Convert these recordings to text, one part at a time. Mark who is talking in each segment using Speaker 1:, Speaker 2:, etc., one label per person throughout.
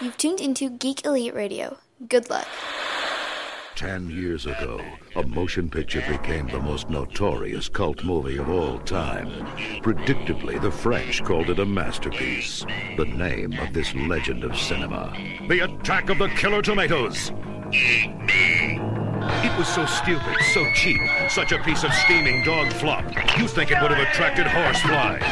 Speaker 1: You've tuned into Geek Elite Radio. Good luck.
Speaker 2: Ten years ago, a motion picture became the most notorious cult movie of all time. Predictably, the French called it a masterpiece. The name of this legend of cinema The Attack of the Killer Tomatoes. It was so stupid, so cheap, such a piece of steaming dog flop. You think it would have attracted horseflies.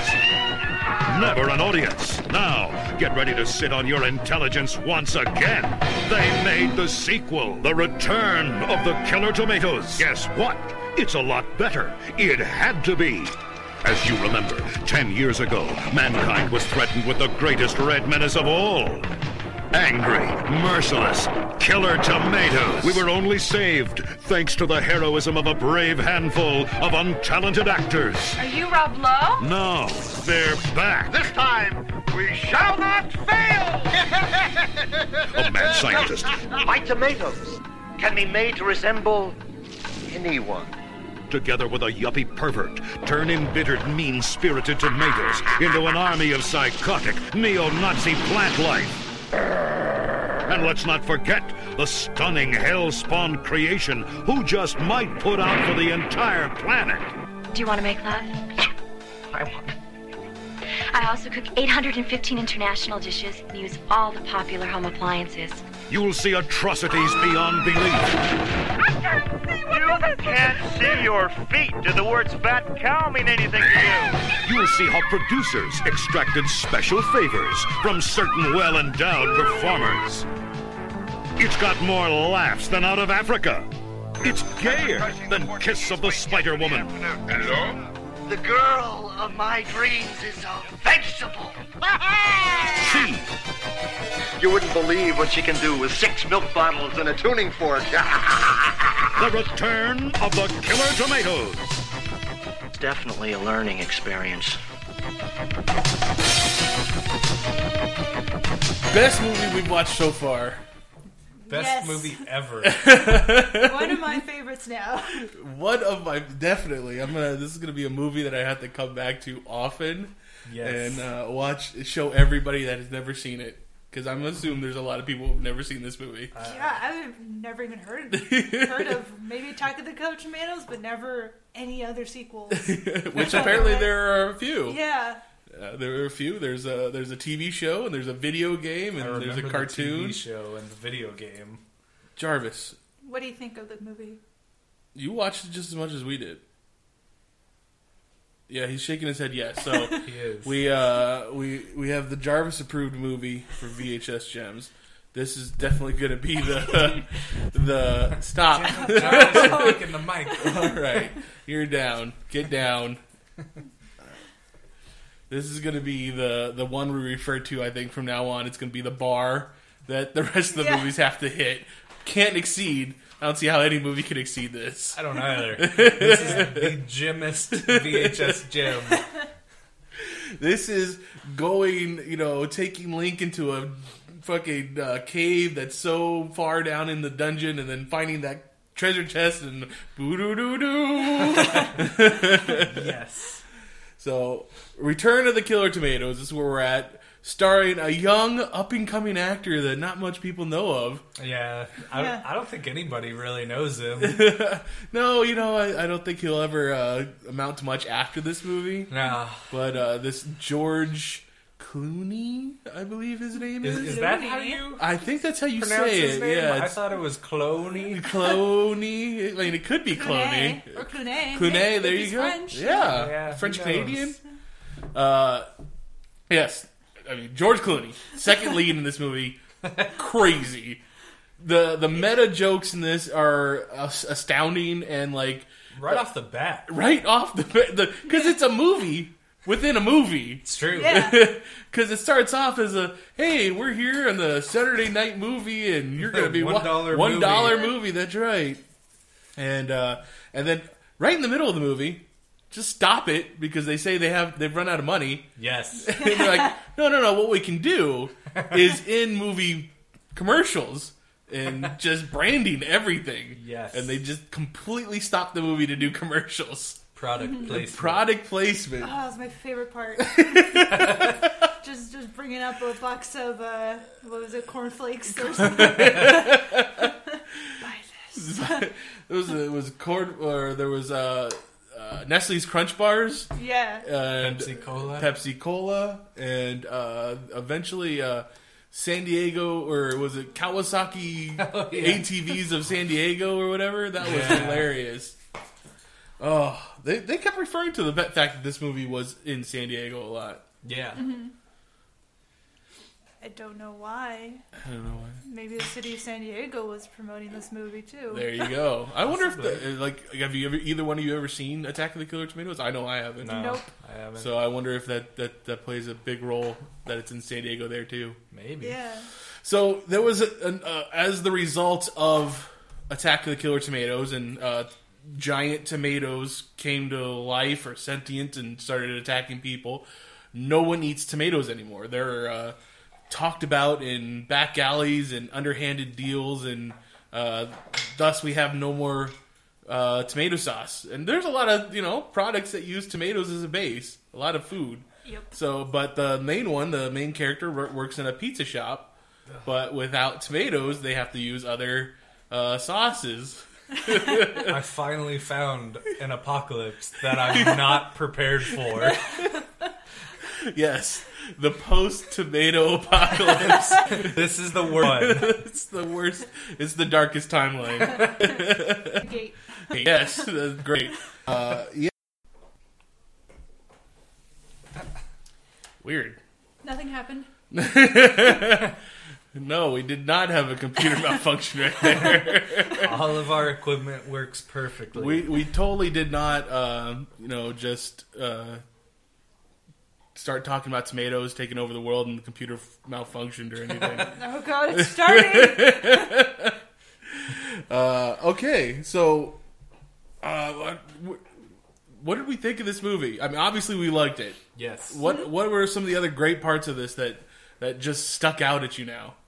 Speaker 2: Never an audience. Now, get ready to sit on your intelligence once again. They made the sequel, The Return of the Killer Tomatoes. Guess what? It's a lot better. It had to be. As you remember, 10 years ago, mankind was threatened with the greatest red menace of all angry, merciless, killer tomatoes. We were only saved thanks to the heroism of a brave handful of untalented actors.
Speaker 3: Are you Rob Lowe?
Speaker 2: Now they're back.
Speaker 4: This time, we shall not fail!
Speaker 2: A mad scientist.
Speaker 5: My tomatoes can be made to resemble anyone.
Speaker 2: Together with a yuppie pervert, turn embittered, mean spirited tomatoes into an army of psychotic, neo Nazi plant life. And let's not forget the stunning Hellspawn creation who just might put out for the entire planet.
Speaker 6: Do you want to make love?
Speaker 5: I want.
Speaker 6: I also cook 815 international dishes and use all the popular home appliances.
Speaker 2: You'll see atrocities beyond belief.
Speaker 4: You can't see your feet. Do the words fat cow mean anything to
Speaker 2: You'll see how producers extracted special favors from certain well endowed performers. It's got more laughs than out of Africa. It's gayer than Kiss of the Spider Woman.
Speaker 5: The girl of my dreams is a vegetable.
Speaker 2: She
Speaker 5: You wouldn't believe what she can do with six milk bottles and a tuning fork.
Speaker 2: The return of the killer tomatoes.
Speaker 5: it's definitely a learning experience.
Speaker 7: Best movie we've watched so far.
Speaker 8: Best
Speaker 9: Yes.
Speaker 8: movie ever.
Speaker 9: One of my favorites now.
Speaker 7: One of my definitely. I'm gonna. This is gonna be a movie that I have to come back to often
Speaker 8: Yes.
Speaker 7: and uh, watch. Show everybody that has never seen it because I'm assuming there's a lot of people who've never seen this movie.
Speaker 8: Uh,
Speaker 9: yeah, I've never even heard heard of maybe Attack of the Killer Tomatoes, but never any other sequels.
Speaker 7: Which apparently there are a few.
Speaker 9: yeah,
Speaker 7: Uh, there are a few. There's a there's a TV show and there's a video game
Speaker 8: I
Speaker 7: and there's
Speaker 8: remember
Speaker 7: a
Speaker 8: the
Speaker 7: cartoon.
Speaker 8: TV show and the video game.
Speaker 7: Jarvis,
Speaker 9: what do you think of the movie?
Speaker 7: you watched it just as much as we did. Yeah, he's shaking his head. Yes. So
Speaker 8: He is.
Speaker 7: we uh we we have the Jarvis approved movie for VHS gems. This is definitely going to be the the stop.
Speaker 8: I was taking the mic.
Speaker 7: All right, you're down. Get down. This is going to be the the one we refer to. I think from now on, it's going to be the bar that the rest of the
Speaker 9: Yeah.
Speaker 7: movies have to hit. Can't exceed. I don't see how any movie can exceed this.
Speaker 8: I don't either. This is the gymest VHS gym.
Speaker 7: This is going, you know, taking Link into a fucking uh, cave that's so far down in the dungeon, and then finding that treasure chest and boo doo doo doo.
Speaker 8: Yes.
Speaker 7: So, Return of the Killer Tomatoes is where we're at, starring a young, up and coming actor that not much people know of.
Speaker 8: Yeah. I,
Speaker 9: Yeah.
Speaker 8: I don't think anybody really knows him.
Speaker 7: No, you know, I, I don't think he'll ever uh, amount to much after this movie.
Speaker 8: No.
Speaker 7: But uh, this George Clooney, I believe his name is.
Speaker 8: Is, is that how you
Speaker 7: I think that's how you
Speaker 8: pronounce
Speaker 7: say
Speaker 8: his
Speaker 7: it.
Speaker 8: name?
Speaker 7: Yeah,
Speaker 8: I
Speaker 7: it's
Speaker 8: thought it was Cloney.
Speaker 7: Clooney. I mean, it could be Clooney.
Speaker 9: Clunet or Clunet? Maybe
Speaker 7: Clooney, there
Speaker 9: he's
Speaker 7: you go.
Speaker 9: French.
Speaker 7: Yeah,
Speaker 8: Yeah, who
Speaker 7: French
Speaker 8: knows?
Speaker 7: Canadian. Uh, yes, I mean George Clooney, second lead in this movie, crazy. The the meta jokes in this are as- astounding and like
Speaker 8: Right off the bat.
Speaker 7: right off the the because it's a movie within a movie.
Speaker 8: It's true.
Speaker 9: Yeah.
Speaker 7: Because it starts off as a hey, we're here on the Saturday night movie, and you're going to be
Speaker 8: One dollar
Speaker 7: one
Speaker 8: movie.
Speaker 7: dollar movie. That's right. And uh, and then right in the middle of the movie, just stop it because they say they have they've run out of money.
Speaker 8: Yes.
Speaker 7: And they're like, no, no, no. What we can do is in movie commercials and just branding everything.
Speaker 8: Yes.
Speaker 7: And they just completely stop the movie to do commercials,
Speaker 9: Mm-hmm.
Speaker 8: Product placement.
Speaker 7: product placement.
Speaker 9: Oh, that was my favorite part. just just bringing up a box of uh, what was it, cornflakes or something. Buy this.
Speaker 7: it was it was corn or there was uh, uh, Nestle's Crunch Bars
Speaker 9: Yeah.
Speaker 7: and
Speaker 8: Pepsi Cola.
Speaker 7: Pepsi Cola, and uh, eventually uh, San Diego or was it Kawasaki
Speaker 8: Oh, yeah.
Speaker 7: ATVs of San Diego or whatever? That was
Speaker 8: Yeah.
Speaker 7: hilarious. Oh, they they kept referring to the fact that this movie was in San Diego a lot.
Speaker 8: yeah.
Speaker 9: Mm-hmm. I don't know why.
Speaker 7: I don't know why.
Speaker 9: Maybe the city of San Diego was promoting this movie too.
Speaker 7: There you go. I wonder if
Speaker 8: Possibly.
Speaker 7: the, like have you ever either one of you ever seen Attack of the Killer Tomatoes? I know I haven't.
Speaker 8: No,
Speaker 9: Nope.
Speaker 8: I haven't.
Speaker 7: So I wonder if that, that, that plays a big role that it's in San Diego there too.
Speaker 8: Maybe.
Speaker 9: Yeah.
Speaker 7: So there was a, an, uh, as the result of Attack of the Killer Tomatoes and uh, giant tomatoes came to life or sentient and started attacking people. No one eats tomatoes anymore. They're uh, talked about in back alleys and underhanded deals, and uh, thus we have no more uh, tomato sauce. And there's a lot of you know products that use tomatoes as a base. A lot of food.
Speaker 9: Yep.
Speaker 7: So, but the main one, the main character wor- works in a pizza shop, but without tomatoes, they have to use other uh, sauces.
Speaker 8: I finally found an apocalypse that I'm not prepared for.
Speaker 7: Yes, the post tomato apocalypse.
Speaker 8: This is the worst one.
Speaker 7: it's the worst. It's the darkest timeline.
Speaker 9: Gate.
Speaker 7: yes, that's great. Uh, yeah. Weird.
Speaker 9: Nothing happened.
Speaker 7: No, we did not have a computer malfunction right there.
Speaker 8: All of our equipment works perfectly.
Speaker 7: We we totally did not, um, you know, just uh, start talking about tomatoes taking over the world and the computer f- malfunctioned or anything.
Speaker 9: Oh god, it's starting.
Speaker 7: uh, okay, so uh, what, what did we think of this movie? I mean, obviously we liked it.
Speaker 8: yes.
Speaker 7: What what were some of the other great parts of this that that just stuck out at you now?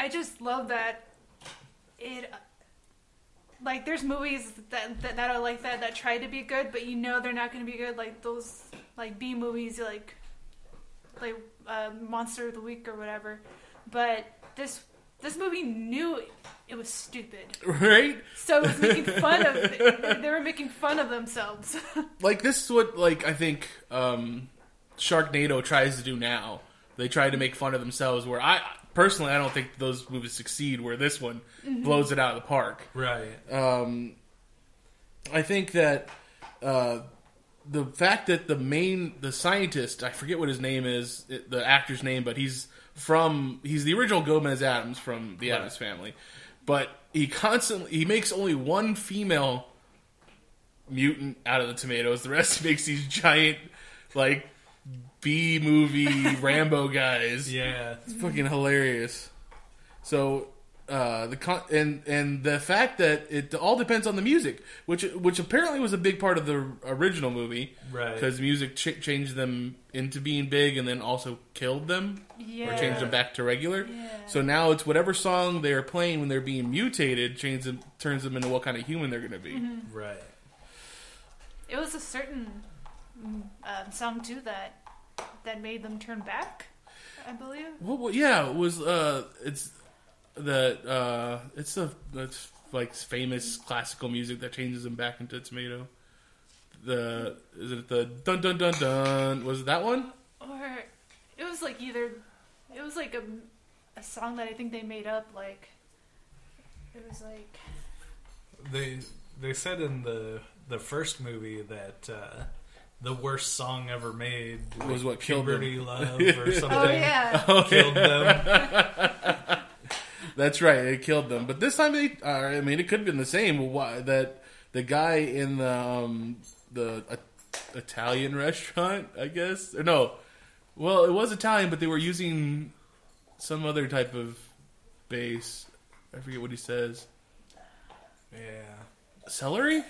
Speaker 9: I just love that it. Like there's movies that, that that are like that that try to be good, but you know they're not going to be good. Like those like B movies, like like uh, Monster of the Week or whatever. But this this movie knew it was stupid,
Speaker 7: Right?
Speaker 9: so it was making fun of they were making fun of themselves.
Speaker 7: like this is what like I think um, Sharknado tries to do now. They try to make fun of themselves. Where I personally, I don't think those movies succeed. Where this one blows it out of the park.
Speaker 8: Right.
Speaker 7: Um, I think that uh, the fact that the main the scientist I forget what his name is it- the actor's name, but he's from he's the original Gomez Adams from the Adams Family, but he constantly he makes only one female mutant out of the tomatoes. The rest makes these giant like B movie Rambo guys.
Speaker 8: Yeah.
Speaker 7: It's fucking hilarious. So uh, the con- and and the fact that it all depends on the music, which which apparently was a big part of the original movie,
Speaker 8: Right.
Speaker 7: Because music ch- changed them into being big, and then also killed them
Speaker 9: yeah,
Speaker 7: or changed them back to regular.
Speaker 9: Yeah.
Speaker 7: So now it's whatever song they are playing when they're being mutated changes them, turns them into what kind of human they're going to be.
Speaker 9: Mm-hmm.
Speaker 8: Right.
Speaker 9: it was a certain mm, um, song too that that made them turn back. I believe.
Speaker 7: Well, well, yeah, it was uh, it's the uh, it's the that's like famous classical music that changes them back into tomato. The is it the dun dun dun dun? Was it that one?
Speaker 9: or it was like either it was like a, a song that I think they made up like it was like
Speaker 8: They they said in the the first movie that uh, the worst song ever made
Speaker 7: Was what killed them.
Speaker 8: Puberty Love or something.
Speaker 9: oh yeah
Speaker 8: Killed them.
Speaker 7: That's right, it killed them. But this time they, uh, I mean, it could have been the same. Why that the guy in the um, the uh, Italian restaurant, I guess, or no, well, it was Italian, but they were using some other type of base. I forget what he says.
Speaker 8: Yeah.
Speaker 7: celery?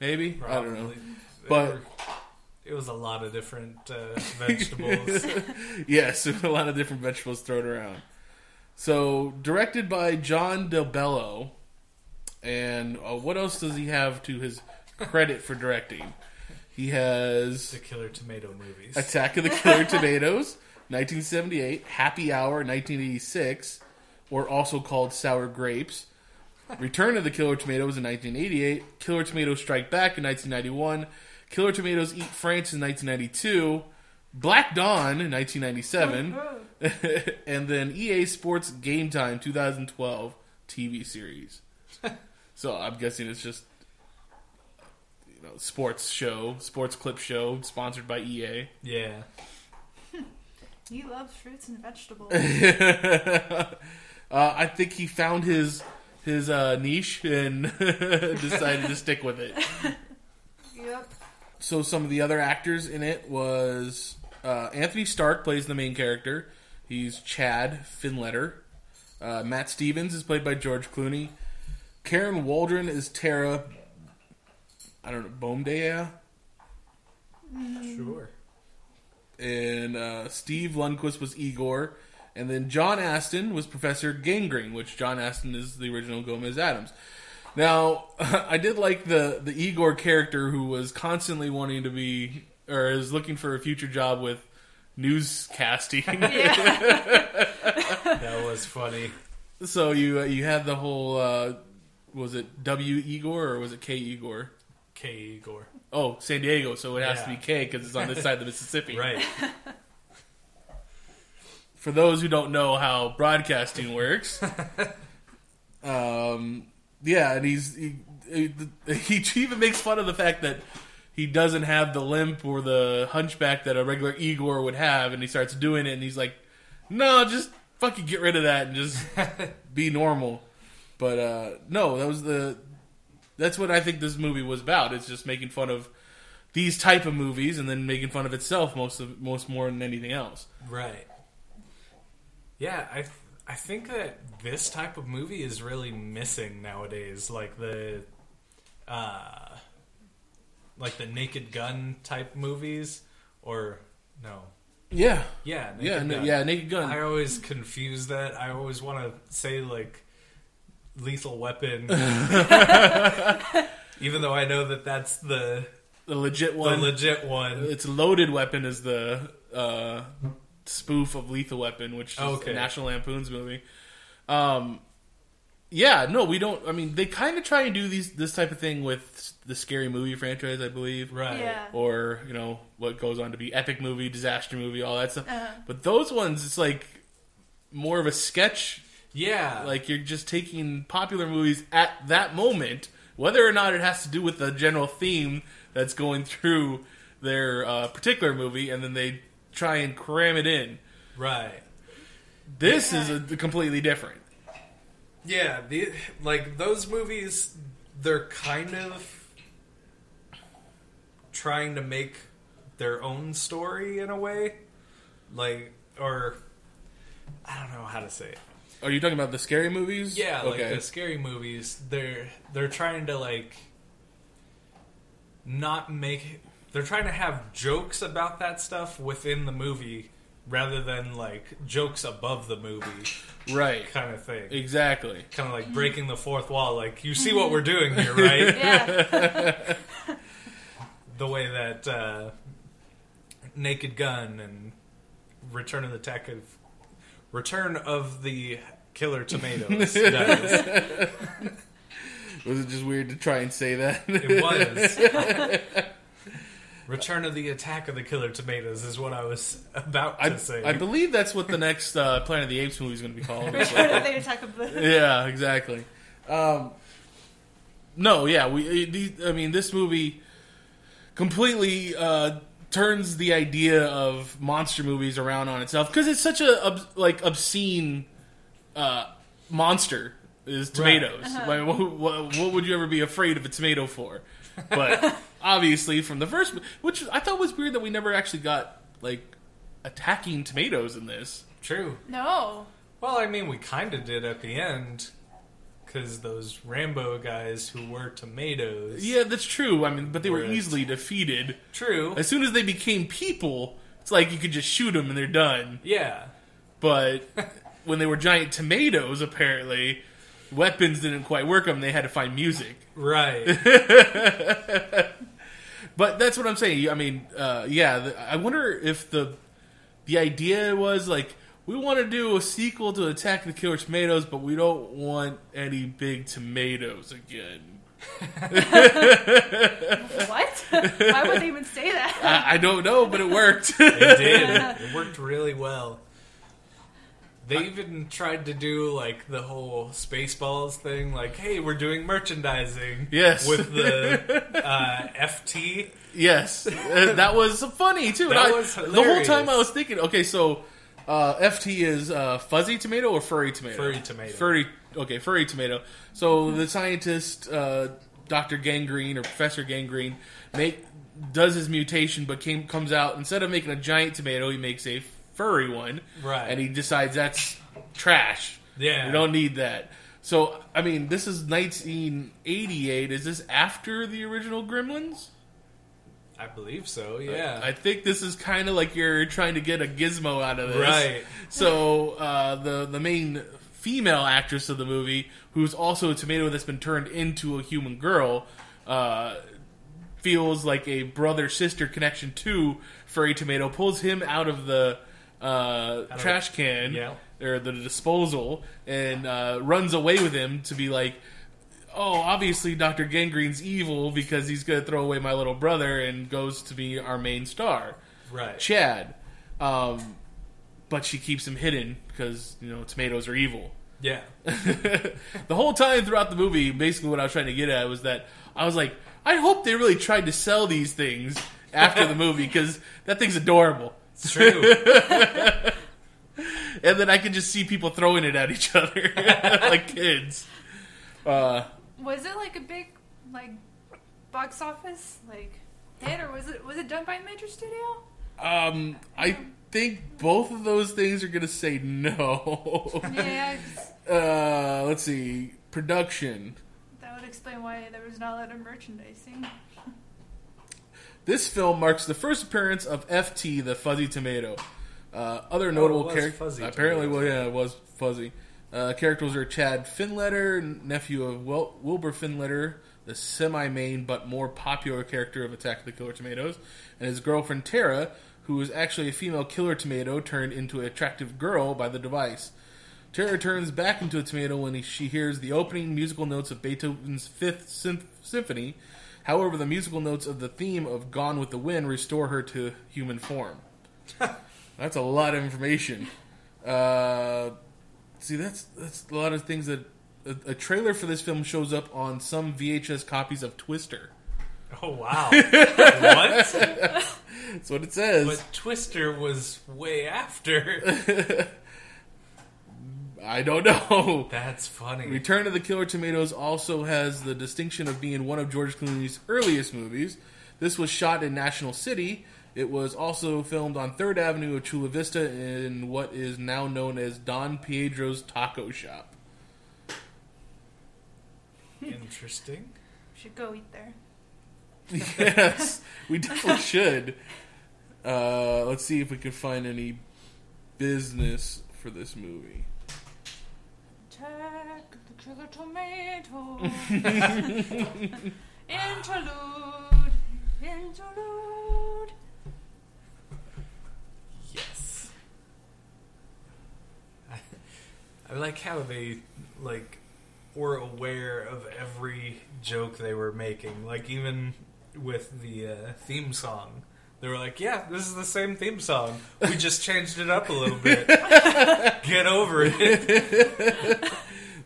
Speaker 7: Maybe I don't know.
Speaker 8: Probably.
Speaker 7: But-
Speaker 8: There were- it was a lot of different uh, vegetables.
Speaker 7: Yes, a lot of different vegetables thrown around. So directed by John Del Bello, and uh, what else does he have to his credit for directing? He has
Speaker 8: The Killer Tomato movies.
Speaker 7: Attack of the Killer Tomatoes, 1978, Happy Hour, 1986, or also called Sour Grapes. Return of the Killer Tomatoes in 1988, Killer Tomatoes Strike Back in 1991, Killer Tomatoes Eat France in 1992, Black Dawn in 1997, and then EA Sports Game Time 2012 TV series. So I'm guessing it's just you know sports show, sports clip show sponsored by E EA.
Speaker 8: Yeah.
Speaker 9: You love fruits and vegetables.
Speaker 7: uh, I think he found his his uh, niche and decided to stick with it.
Speaker 9: yep.
Speaker 7: So some of the other actors in it was uh, Anthony Stark plays the main character. He's Chad Finletter. Uh, Matt Stevens is played by George Clooney. Karen Waldron is Tara. I don't know Bomdea.
Speaker 8: Sure.
Speaker 7: and uh, Steve Lundquist was Igor, and then John Aston was Professor Gangrene, which John Aston is the original Gomez Adams. Now, I did like the the Igor character who was constantly wanting to be or is looking for a future job with newscasting.
Speaker 8: That was funny.
Speaker 7: so you uh, you had the whole uh, was it W Igor or was it K Igor?
Speaker 8: K. Igor.
Speaker 7: Oh, San Diego, so it has to
Speaker 8: Yeah.
Speaker 7: be K because it's on this side of the Mississippi.
Speaker 8: Right.
Speaker 7: for those who don't know how broadcasting works, um, yeah, and he's he, he he even makes fun of the fact that he doesn't have the limp or the hunchback that a regular Igor would have, and he starts doing it, and he's like, "No, just fucking get rid of that and just be normal." But uh, no, that was the that's what I think this movie was about. It's just making fun of these type of movies and then making fun of itself most of most more than anything else.
Speaker 8: Right. Yeah, I th- I think that this type of movie is really missing nowadays, like the uh like the Naked Gun type movies or no.
Speaker 7: Yeah,
Speaker 8: Yeah, Naked
Speaker 7: Yeah, na-
Speaker 8: Gun.
Speaker 7: yeah, Naked Gun.
Speaker 8: I always confuse that. I always want to say like Lethal Weapon. Even though I know that that's the,
Speaker 7: the legit
Speaker 8: the
Speaker 7: one.
Speaker 8: legit one.
Speaker 7: it's loaded weapon is the uh, spoof of Lethal Weapon, which is
Speaker 8: Okay.
Speaker 7: a National Lampoon's movie. Um, yeah, no, we don't. I mean, they kind of try and do these this type of thing with the scary movie franchise, I believe,
Speaker 8: Right.
Speaker 9: Yeah.
Speaker 7: Or you know what goes on to be epic movie, disaster movie, all that stuff. But those ones, it's like more of a sketch
Speaker 8: Yeah.
Speaker 7: like you're just taking popular movies at that moment, whether or not it has to do with the general theme that's going through their uh, particular movie, and then they try and cram it in.
Speaker 8: right.
Speaker 7: This is a, completely different.
Speaker 8: Yeah, the like those movies, they're kind of trying to make their own story in a way, like or I don't know how to say it.
Speaker 7: Are you talking about the scary movies?
Speaker 8: Yeah,
Speaker 7: Okay.
Speaker 8: like the scary movies, they're they're trying to like not make they're trying to have jokes about that stuff within the movie rather than like jokes above the movie
Speaker 7: Right.
Speaker 8: kind of thing.
Speaker 7: Exactly.
Speaker 8: kind of like breaking the fourth wall. Like you see what we're doing here, right?
Speaker 9: Yeah.
Speaker 8: the way that uh, Naked Gun and Return of the Tech of Return of the Killer Tomatoes does.
Speaker 7: Was it just weird to try and say that?
Speaker 8: It was. Return of the Attack of the Killer Tomatoes is what I was about to
Speaker 7: I,
Speaker 8: say.
Speaker 7: I believe that's what the next uh, Planet of the Apes movie is going to be called.
Speaker 9: Return of the Attack of the.
Speaker 7: yeah, exactly. Um, no, yeah, we. uh, these- I mean, this movie completely uh, turns the idea of monster movies around on itself because it's such a ob- like obscene uh, monster is tomatoes. Like, what, what, what would you ever be afraid of a tomato for? But obviously, from the first, which I thought was weird that we never actually got like attacking tomatoes in this.
Speaker 8: True.
Speaker 9: No.
Speaker 8: Well, I mean, we kind of did at the end because those Rambo guys who were tomatoes.
Speaker 7: Yeah, that's true. I mean, but they were
Speaker 8: Right.
Speaker 7: easily defeated.
Speaker 8: True.
Speaker 7: As soon as they became people, it's like you could just shoot them and they're done.
Speaker 8: Yeah.
Speaker 7: But when they were giant tomatoes, apparently, weapons didn't quite work them. They had to find music.
Speaker 8: Right.
Speaker 7: But that's what I'm saying. I mean, uh, yeah. The, I wonder if the the idea was like we want to do a sequel to Attack of the Killer Tomatoes, but we don't want any big tomatoes again.
Speaker 9: What? Why would they even say that?
Speaker 7: I, I don't know, but it worked.
Speaker 8: It did. it worked really well. They even tried to do like the whole Spaceballs thing, like, "Hey, we're doing merchandising."
Speaker 7: Yes.
Speaker 8: with the uh, FT.
Speaker 7: Yes, Uh, that was funny too.
Speaker 8: That
Speaker 7: And I-
Speaker 8: was
Speaker 7: the whole time
Speaker 8: hilarious.
Speaker 7: I was thinking, okay, so uh, FT is uh, fuzzy tomato or furry tomato?
Speaker 8: Furry tomato.
Speaker 7: Furry. Okay, furry tomato. So the scientist, uh, Doctor Gangrene or Professor Gangrene, make does his mutation, but came comes out instead of making a giant tomato, he makes a furry one.
Speaker 8: Right.
Speaker 7: and he decides that's trash.
Speaker 8: Yeah.
Speaker 7: we don't need that. So I mean, this is 1988. Is this after the original Gremlins?
Speaker 8: I believe so. Yeah.
Speaker 7: I think this is kind of like you're trying to get a gizmo out of this,
Speaker 8: Right.
Speaker 7: So uh, the the main female actress of the movie, who's also a tomato that's been turned into a human girl, uh, feels like a brother sister connection to furry tomato. Pulls him out of the uh,
Speaker 8: of
Speaker 7: trash can
Speaker 8: yeah.
Speaker 7: or the disposal and uh, runs away with him to be like. Oh, obviously Dr. Gangrene's evil because he's going to throw away my little brother and goes to be our main star.
Speaker 8: right.
Speaker 7: Chad. Um, but she keeps him hidden because you know tomatoes are evil.
Speaker 8: yeah.
Speaker 7: the whole time throughout the movie, basically what I was trying to get at was that I was like, I hope they really tried to sell these things after the movie because that thing's adorable.
Speaker 8: It's true.
Speaker 7: And then I could just see people throwing it at each other like kids. Uh,
Speaker 9: Was it like a big like box office like hit, or was it was it done by a major studio?
Speaker 7: um, I think both of those things are gonna say no.
Speaker 9: Yeah, 'cause
Speaker 7: uh, let's see production.
Speaker 9: that would explain why there was not a lot of merchandising.
Speaker 7: This film marks the first appearance of FT, the Fuzzy Tomato. Uh, other
Speaker 8: Oh, it
Speaker 7: notable
Speaker 8: was
Speaker 7: characters.
Speaker 8: Fuzzy
Speaker 7: Apparently,
Speaker 8: Tomato.
Speaker 7: well, yeah, it was Fuzzy. Uh, characters are Chad Finletter, nephew of Wil- Wilbur Finletter, the semi main but more popular character of Attack of the Killer Tomatoes, and his girlfriend Tara, who is actually a female killer tomato turned into an attractive girl by the device. Tara turns back into a tomato when he, she hears the opening musical notes of Beethoven's Fifth Sym- Symphony. However, the musical notes of the theme of Gone with the Wind restore her to human form. that's a lot of information. Uh, see, that's that's a lot of things that a, a trailer for this film shows up on some VHS copies of Twister.
Speaker 8: Oh wow! what?
Speaker 7: That's what it says.
Speaker 8: But Twister was way after.
Speaker 7: I don't know.
Speaker 8: That's funny.
Speaker 7: Return of the Killer Tomatoes also has the distinction of being one of George Clooney's earliest movies. This was shot in National City. It was also filmed on Third Avenue of Chula Vista in what is now known as Don Pedro's Taco Shop.
Speaker 8: Interesting.
Speaker 9: Should go eat there.
Speaker 7: yes, we definitely should. Uh, let's see if we can find any business for this movie.
Speaker 9: Check the killer tomato. interlude, interlude.
Speaker 8: Yes. I, I like how they like were aware of every joke they were making. Like even with the uh, theme song, they were like, "Yeah, this is the same theme song. We just changed it up a little bit. Get over it."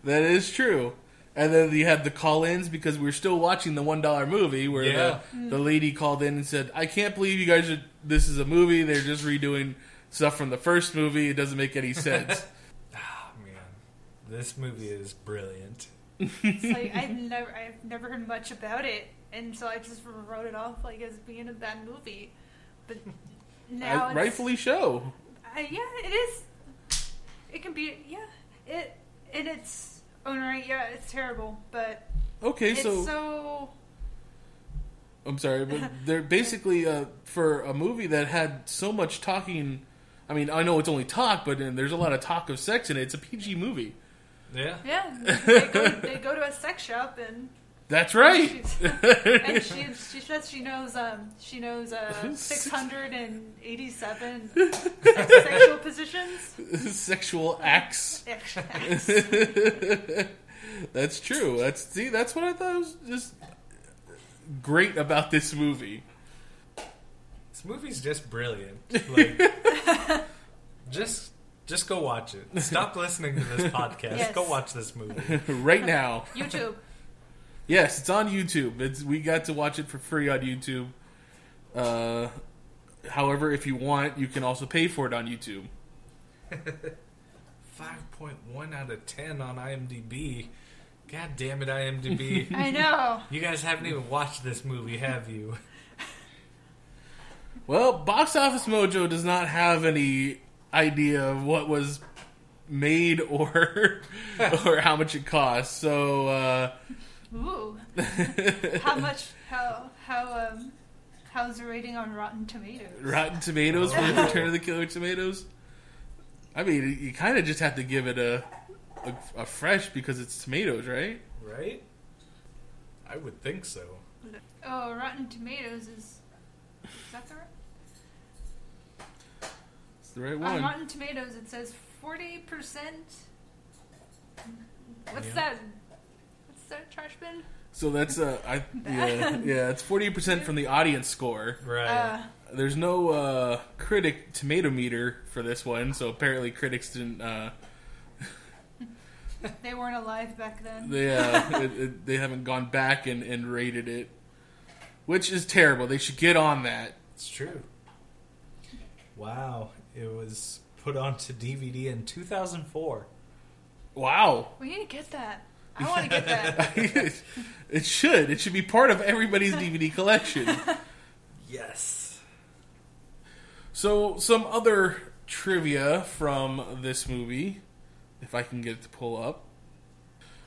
Speaker 7: That is true. And then you had the call-ins because we were still watching the one dollar movie where
Speaker 8: Yeah.
Speaker 7: the, the lady called in and said, "I can't believe you guys are. This is a movie. They're just redoing stuff from the first movie. It doesn't make any sense."
Speaker 8: Oh, man, this movie is brilliant.
Speaker 9: It's like I've never, I've never heard much about it, and so I just wrote it off like as being a bad movie. But now,
Speaker 7: I,
Speaker 9: it's,
Speaker 7: rightfully so.
Speaker 9: I, yeah, it is. It can be, yeah, it in its own right, yeah, it's terrible, but
Speaker 7: Okay,
Speaker 9: it's
Speaker 7: so,
Speaker 9: so
Speaker 7: I'm sorry, but they're basically uh, for a movie that had so much talking. I mean, I know it's only talk, but then there's a lot of talk of sex in it. It's a PG movie.
Speaker 8: Yeah.
Speaker 9: yeah. They go, they go to a sex shop and
Speaker 7: That's right.
Speaker 9: and she she says she knows um she knows uh six hundred and eighty seven sexual positions.
Speaker 7: Sexual acts. that's true. That's see. That's what I thought was just great about this movie.
Speaker 8: This movie's just brilliant. Like, just just go watch it. Stop listening to this podcast.
Speaker 9: Yes.
Speaker 8: Go watch this movie.
Speaker 7: right now,
Speaker 9: YouTube.
Speaker 7: yes, it's on YouTube. It's we got to watch it for free on YouTube. Uh, however, if you want, you can also pay for it on YouTube.
Speaker 8: Five point one out of ten on IMDb. God damn it, IMDb.
Speaker 9: I know.
Speaker 8: you guys haven't even watched this movie, have you?
Speaker 7: Well, Box Office Mojo does not have any idea of what was made or or how much it costs. So uh,
Speaker 9: Ooh. How much? How how um how's the rating on Rotten Tomatoes?
Speaker 7: Rotten Tomatoes for Return of the Killer Tomatoes. I mean, you kind of just have to give it a, a a fresh because it's tomatoes, right?
Speaker 8: Right? I would think so.
Speaker 9: Oh, Rotten Tomatoes is. Is that the right?
Speaker 7: It's the right
Speaker 9: On
Speaker 7: one.
Speaker 9: Rotten Tomatoes, it says forty percent. What's
Speaker 8: Yeah.
Speaker 9: that? What's that trash bin?
Speaker 7: So that's uh, I yeah yeah it's forty percent from the audience score.
Speaker 8: Right.
Speaker 9: Uh,
Speaker 7: There's no uh, critic tomato meter for this one, so apparently critics didn't. Uh,
Speaker 9: they weren't alive back then.
Speaker 7: They uh, it, it, they haven't gone back and, and rated it, which is terrible. They should get on that.
Speaker 8: It's true. Wow. It was put onto DVD in 2004.
Speaker 7: Wow,
Speaker 9: We need to get that. I want to get that.
Speaker 7: it should. It should be part of everybody's DVD collection.
Speaker 8: Yes.
Speaker 7: So some other trivia from this movie, if I can get it to pull up.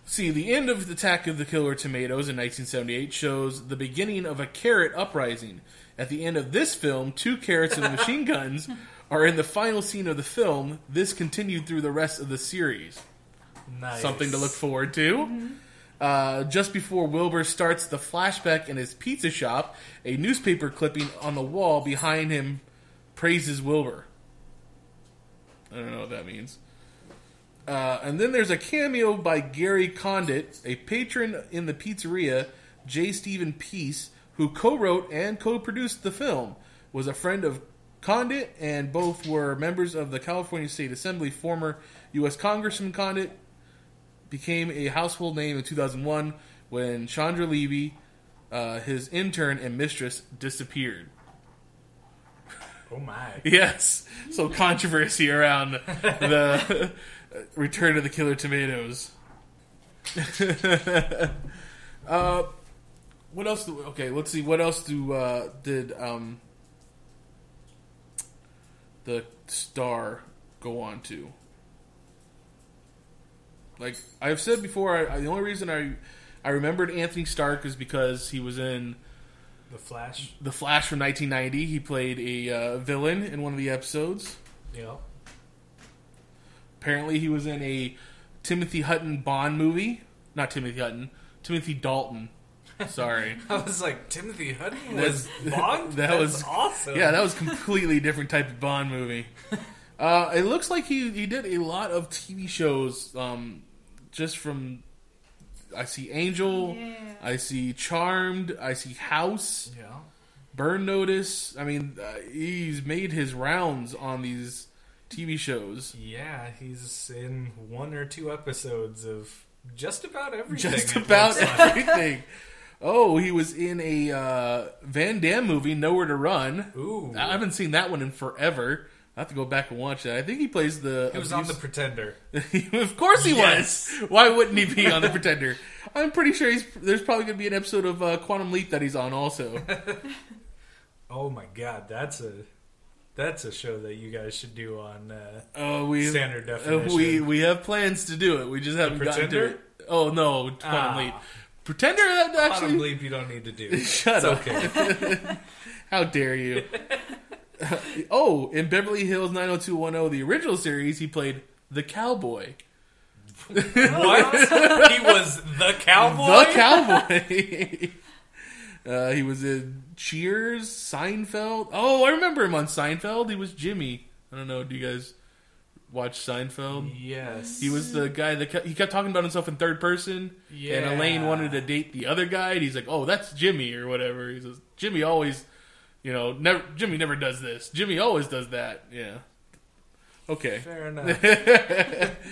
Speaker 7: See, the end of the Attack of the Killer Tomatoes in 1978 shows the beginning of a carrot uprising. At the end of this film, two carrots with machine guns are in the final scene of the film. This continued through the rest of the series.
Speaker 8: Nice.
Speaker 7: Something to look forward to. Uh, just before Wilbur starts the flashback in his pizza shop, a newspaper clipping on the wall behind him praises Wilbur. I don't know what that means. Uh, and then there's a cameo by Gary Condit, a patron in the pizzeria, J. Stephen Peace, who co-wrote and co-produced the film, was a friend of Condit, and both were members of the California State Assembly. Former U.S. Congressman Condit became a household name in 2001 when Chandra Levy, uh, his intern and mistress, disappeared.
Speaker 8: Oh my.
Speaker 7: Yes, so controversy around the return of the Killer Tomatoes. uh, what else? Do, okay, let's see. What else do uh, did um, the star go on to? Like I've said before, I, I, the only reason I I remembered Anthony Stark is because he was in
Speaker 8: The Flash.
Speaker 7: the Flash from 1990. He played a uh, villain in one of the episodes.
Speaker 8: Yeah.
Speaker 7: Apparently, he was in a Timothy Hutton Bond movie. Not Timothy Hutton. Timothy Dalton. Sorry.
Speaker 8: I was like, Timothy Hutton was Bond?
Speaker 7: that
Speaker 8: That's
Speaker 7: was-
Speaker 8: awesome.
Speaker 7: yeah, that was a completely different type of Bond movie. Uh, it looks like he, he did a lot of TV shows um, just from. I see Angel.
Speaker 9: Yeah.
Speaker 7: I see Charmed. I see House.
Speaker 8: Yeah.
Speaker 7: Burn Notice. I mean, uh, he's made his rounds on these TV shows.
Speaker 8: Yeah, he's in one or two episodes of just about everything.
Speaker 7: Just
Speaker 8: it looks
Speaker 7: about
Speaker 8: like.
Speaker 7: everything. Oh, he was in a uh, Van Damme movie, Nowhere to Run.
Speaker 8: Ooh.
Speaker 7: I haven't seen that one in forever. I have to go back and watch that. I think he plays the.
Speaker 8: He was on The Pretender.
Speaker 7: of course he
Speaker 8: Yes.
Speaker 7: was. Why wouldn't he be on the Pretender? I'm pretty sure he's. There's probably going to be an episode of uh, Quantum Leap that he's on also.
Speaker 8: Oh my god, that's a that's a show that you guys should do on uh,
Speaker 7: Oh, we
Speaker 8: Standard
Speaker 7: Uh,
Speaker 8: definition.
Speaker 7: we we have plans to do it. We just haven't gotten to
Speaker 8: Pretender?
Speaker 7: it. Oh no, Quantum
Speaker 8: Ah.
Speaker 7: Leap. Pretender that
Speaker 8: Bottom
Speaker 7: actually.
Speaker 8: bleep you don't need to do.
Speaker 7: Shut
Speaker 8: it's
Speaker 7: up.
Speaker 8: okay.
Speaker 7: How dare you? oh, in Beverly Hills 90210, the original series, he played the cowboy.
Speaker 8: What? he was the cowboy.
Speaker 7: The cowboy. uh, he was in Cheers, Seinfeld. Oh, I remember him on Seinfeld. He was Jimmy. I don't know. Do you guys watch Seinfeld?
Speaker 8: yes.
Speaker 7: He was the guy that kept, he kept talking about himself in third person. And
Speaker 8: Yeah.
Speaker 7: Elaine wanted to date the other guy, and he's like, "Oh, that's Jimmy or whatever." He says, "Jimmy always, you know, never. Jimmy never does this. Jimmy always does that." Yeah. Okay.
Speaker 8: Fair enough.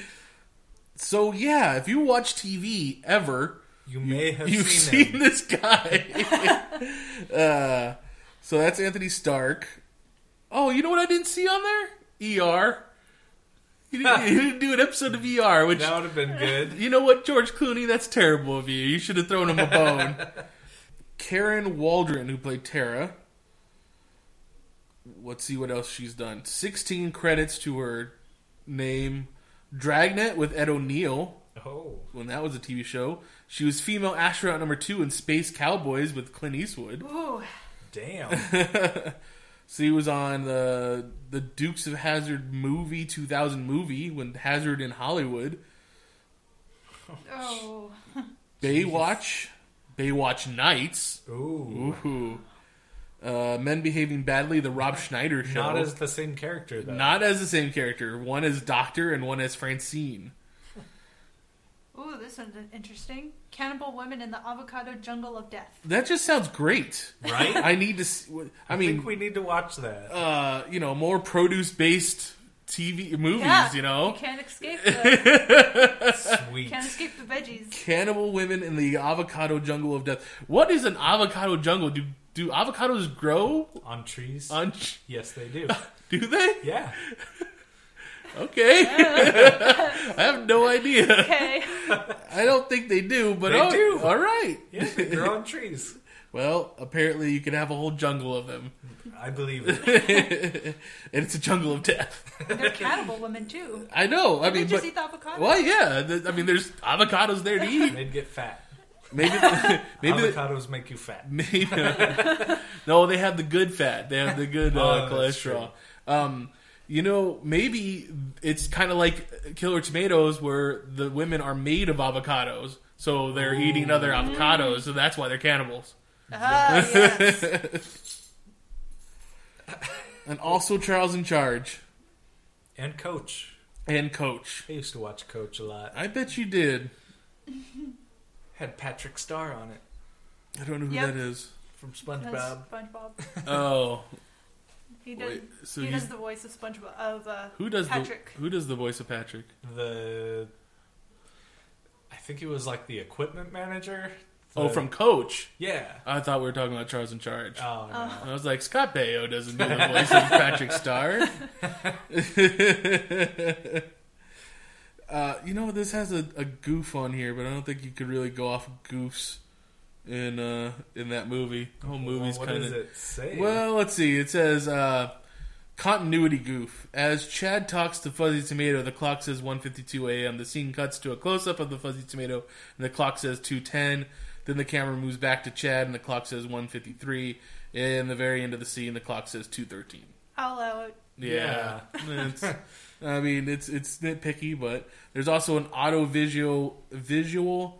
Speaker 7: So yeah, if you watch TV ever,
Speaker 8: You may have
Speaker 7: You've
Speaker 8: seen,
Speaker 7: seen,
Speaker 8: him.
Speaker 7: this guy. uh, so that's Anthony Stark. Oh, you know what I didn't see on there? ER. He didn't, he didn't do an episode of ER, which
Speaker 8: That would have been good.
Speaker 7: you know what, George Clooney, that's terrible of you. You should have thrown him a bone. Karen Waldron, who played Tara. Let's see what else she's done. 16 credits to her name. Dragnet with Ed O'Neill
Speaker 8: Oh,
Speaker 7: when that was a TV show. She was female astronaut number two in Space Cowboys with Clint Eastwood.
Speaker 9: Ooh,
Speaker 8: damn.
Speaker 7: She was on the the Dukes of Hazard movie, 2000 movie when Hazard in Hollywood.
Speaker 9: oh,
Speaker 7: Baywatch, Baywatch Nights.
Speaker 8: Ooh.
Speaker 7: Ooh. Uh, Men Behaving Badly, the Rob Schneider show.
Speaker 8: Not as the same character though.
Speaker 7: Not as the same character. One as Doctor and one as Francine.
Speaker 9: ooh, this one's interesting. Cannibal women in the avocado jungle of death.
Speaker 7: That just sounds great.
Speaker 8: right. I,
Speaker 7: I need to. s- I mean,
Speaker 8: think we need to watch that.
Speaker 7: uh, you know, more produce based TV movies.
Speaker 9: Yeah,
Speaker 7: You know,
Speaker 9: you can't escape the
Speaker 8: Sweet.
Speaker 9: can't escape the veggies.
Speaker 7: cannibal women in the avocado jungle of death. What is an avocado jungle? Do do avocados grow
Speaker 8: On trees.
Speaker 7: on? ch-
Speaker 8: yes, they do.
Speaker 7: Do they?
Speaker 8: Yeah.
Speaker 7: Okay, I have no idea.
Speaker 9: Okay,
Speaker 7: I don't think they do, but
Speaker 8: They
Speaker 7: oh,
Speaker 8: do.
Speaker 7: all right.
Speaker 8: Yeah, they grow on trees.
Speaker 7: Well, apparently you can have a whole jungle of them,
Speaker 8: I believe it.
Speaker 7: and it's a jungle of death.
Speaker 9: they're cannibal women too.
Speaker 7: I know. I mean,
Speaker 9: They just
Speaker 7: but
Speaker 9: eat the avocado.
Speaker 7: well, yeah. th- I mean, there's avocados there to eat.
Speaker 8: They'd get fat.
Speaker 7: Maybe, maybe, the-
Speaker 8: Avocados make you fat.
Speaker 7: no, they have the good fat. They have the good uh,
Speaker 8: Oh, that's
Speaker 7: cholesterol. Um, you know, maybe it's kind of like Killer Tomatoes, where the women are made of avocados, so they're eating other avocados, so that's why they're cannibals.
Speaker 9: Ah, yes.
Speaker 7: And also Charles in charge
Speaker 8: And Coach.
Speaker 7: and Coach.
Speaker 8: I used to watch Coach a lot.
Speaker 7: I bet you did.
Speaker 8: Had Patrick Starr on it
Speaker 7: I don't know who
Speaker 9: Yep.
Speaker 7: that is.
Speaker 8: from
Speaker 9: That's
Speaker 8: SpongeBob.
Speaker 9: SpongeBob.
Speaker 7: Oh,
Speaker 9: He does.
Speaker 7: Wait, so
Speaker 9: he
Speaker 7: he's-
Speaker 9: does the voice of SpongeBob of uh,
Speaker 7: who does
Speaker 9: Patrick.
Speaker 7: the who does the voice of Patrick?
Speaker 8: The. I think he was like the equipment manager.
Speaker 7: oh,
Speaker 8: The-
Speaker 7: from Coach.
Speaker 8: Yeah.
Speaker 7: I thought we were talking about Charles in charge.
Speaker 8: Oh, no.
Speaker 7: I was like, Scott Baio doesn't do the voice of Patrick Starr. uh, you know, this has a, a goof on here, but I don't think you could really go off goofs in uh, in that movie. The whole movie's
Speaker 8: well, what
Speaker 7: kind
Speaker 8: does
Speaker 7: of.
Speaker 8: it say?
Speaker 7: Well, let's see. It says uh, continuity goof. As Chad talks to Fuzzy Tomato, the clock says 1:52 a.m. The scene cuts to a close-up of the Fuzzy Tomato, and the clock says 2:10. Then the camera moves back to Chad, and the clock says 1:53. And the very end of the scene, the clock says 2:13.
Speaker 9: I'll allow it.
Speaker 7: Yeah, It's- I mean it's it's nitpicky, but there's also an auto visual visual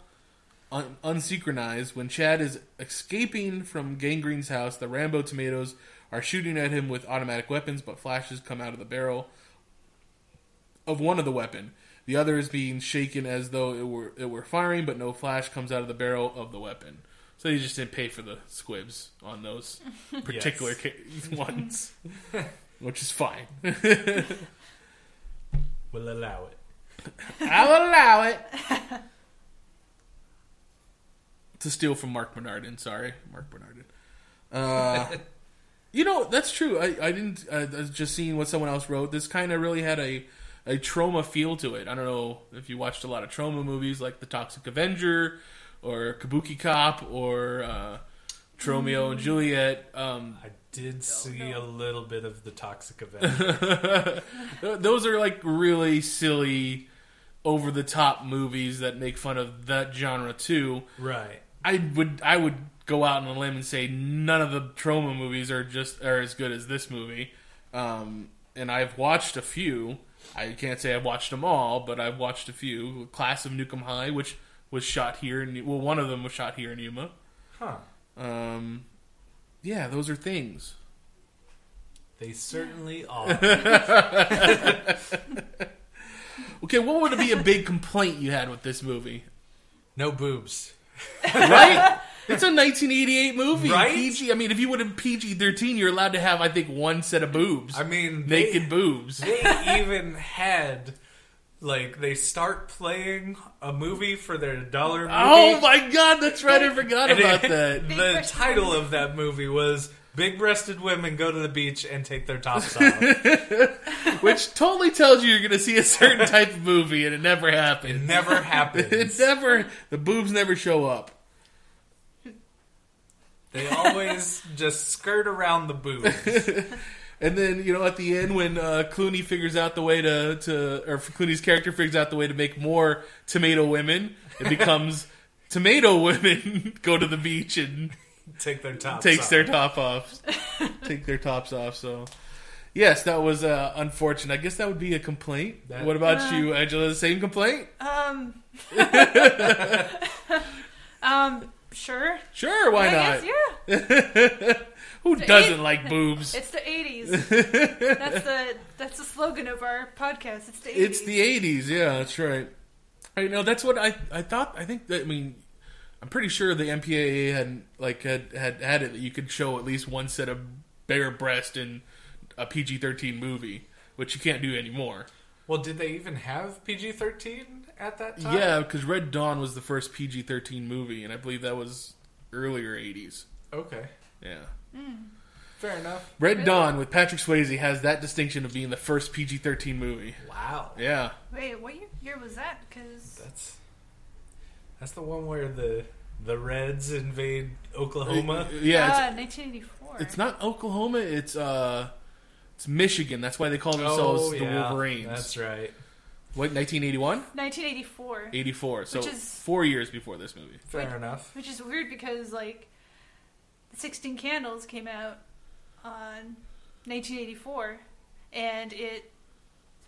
Speaker 7: un- unsynchronized when Chad is escaping from Gangrene's house. The Rambo tomatoes are shooting at him with automatic weapons, but flashes come out of the barrel of one of the weapon. The other is being shaken as though it were it were firing, but no flash comes out of the barrel of the weapon. So you just didn't pay for the squibs on those particular ca- ones, which is fine.
Speaker 8: We'll allow it.
Speaker 7: I'll allow it. to steal from Mark Bernardin. Sorry, Mark Bernardin. Uh, you know that's true. I, I didn't. I, I was just seeing what someone else wrote. This kind of really had a a trauma feel to it. I don't know if you watched a lot of trauma movies like The Toxic Avenger or Kabuki Cop or uh, Romeo and Juliet. Um,
Speaker 8: I did see a little bit of the Toxic Avenger.
Speaker 7: Th- those are like really silly, over the top movies that make fun of that genre too.
Speaker 8: right.
Speaker 7: I would I would go out on a limb and say none of the trauma movies are just are as good as this movie. Um, and I've watched a few. I can't say I've watched them all, but I've watched a few. Class of Nukem High, which was shot here in well, one of them was shot here in Yuma.
Speaker 8: Huh.
Speaker 7: Um, yeah, those are things.
Speaker 8: They certainly are.
Speaker 7: Okay, what would be a big complaint you had with this movie?
Speaker 8: No boobs.
Speaker 7: Right? It's a 1988 movie.
Speaker 8: Right?
Speaker 7: PG. I mean, if you would have PG 13, you're allowed to have, I think, one set of boobs.
Speaker 8: I mean, they-
Speaker 7: naked boobs.
Speaker 8: they even had like they start playing a movie for their dollar movie.
Speaker 7: Oh my god, that's right. I forgot
Speaker 8: And
Speaker 7: about
Speaker 8: it-
Speaker 7: that.
Speaker 8: The
Speaker 9: Big-breasted
Speaker 8: title of that movie was "Big-breasted women go to the beach and take their tops off."
Speaker 7: Which totally tells you you're going to see a certain type of movie, and it never happens.
Speaker 8: Never
Speaker 7: It
Speaker 8: happens.
Speaker 7: never. The boobs never show up.
Speaker 8: They always just skirt around the boob.
Speaker 7: And then you know at the end when uh, Clooney figures out the way to to or Clooney's character figures out the way to make more tomato women, it becomes tomato women go to the beach and
Speaker 8: Take their tops.
Speaker 7: takes
Speaker 8: off.
Speaker 7: their top off, take their tops off. So yes, that was uh, unfortunate. I guess that would be a complaint.
Speaker 8: That-
Speaker 7: what
Speaker 9: Uh,
Speaker 7: about you, Angela? The same complaint?
Speaker 9: Um. um. Sure.
Speaker 7: Sure, why
Speaker 9: I
Speaker 7: not?
Speaker 9: guess. Yeah.
Speaker 7: Who
Speaker 9: it-
Speaker 7: doesn't like boobs?
Speaker 9: It's the '80s. that's the that's the slogan of our podcast. It's the '80s.
Speaker 7: It's the '80s, yeah, that's right. I know that's what I I thought. I think that I mean, I'm pretty sure the MPAA had like had had, had it that you could show at least one set of bare breast in a PG-13 movie, which you can't do anymore.
Speaker 8: Well, did they even have PG thirteen at that time?
Speaker 7: Yeah, because Red Dawn was the first PG-13 movie, and I believe that was earlier '80s.
Speaker 8: Okay.
Speaker 7: Yeah.
Speaker 8: Fair enough.
Speaker 7: Red Dawn with Patrick Swayze has that distinction of being the first PG-13 movie.
Speaker 8: Wow.
Speaker 7: Yeah.
Speaker 9: Wait, what year, year was that? Because
Speaker 8: That's that's the one where the the Reds invade Oklahoma.
Speaker 7: Yeah, it's
Speaker 9: uh, 1984.
Speaker 7: It's not Oklahoma. It's uh, it's Michigan. That's why they call themselves the
Speaker 8: Oh, yeah,
Speaker 7: Wolverines.
Speaker 8: That's right.
Speaker 7: What 1981,
Speaker 9: 1984,
Speaker 7: 84. So
Speaker 9: Which is-
Speaker 7: four years before this movie.
Speaker 8: Fair enough.
Speaker 9: which is weird because like 16 Candles came out on 1984, and it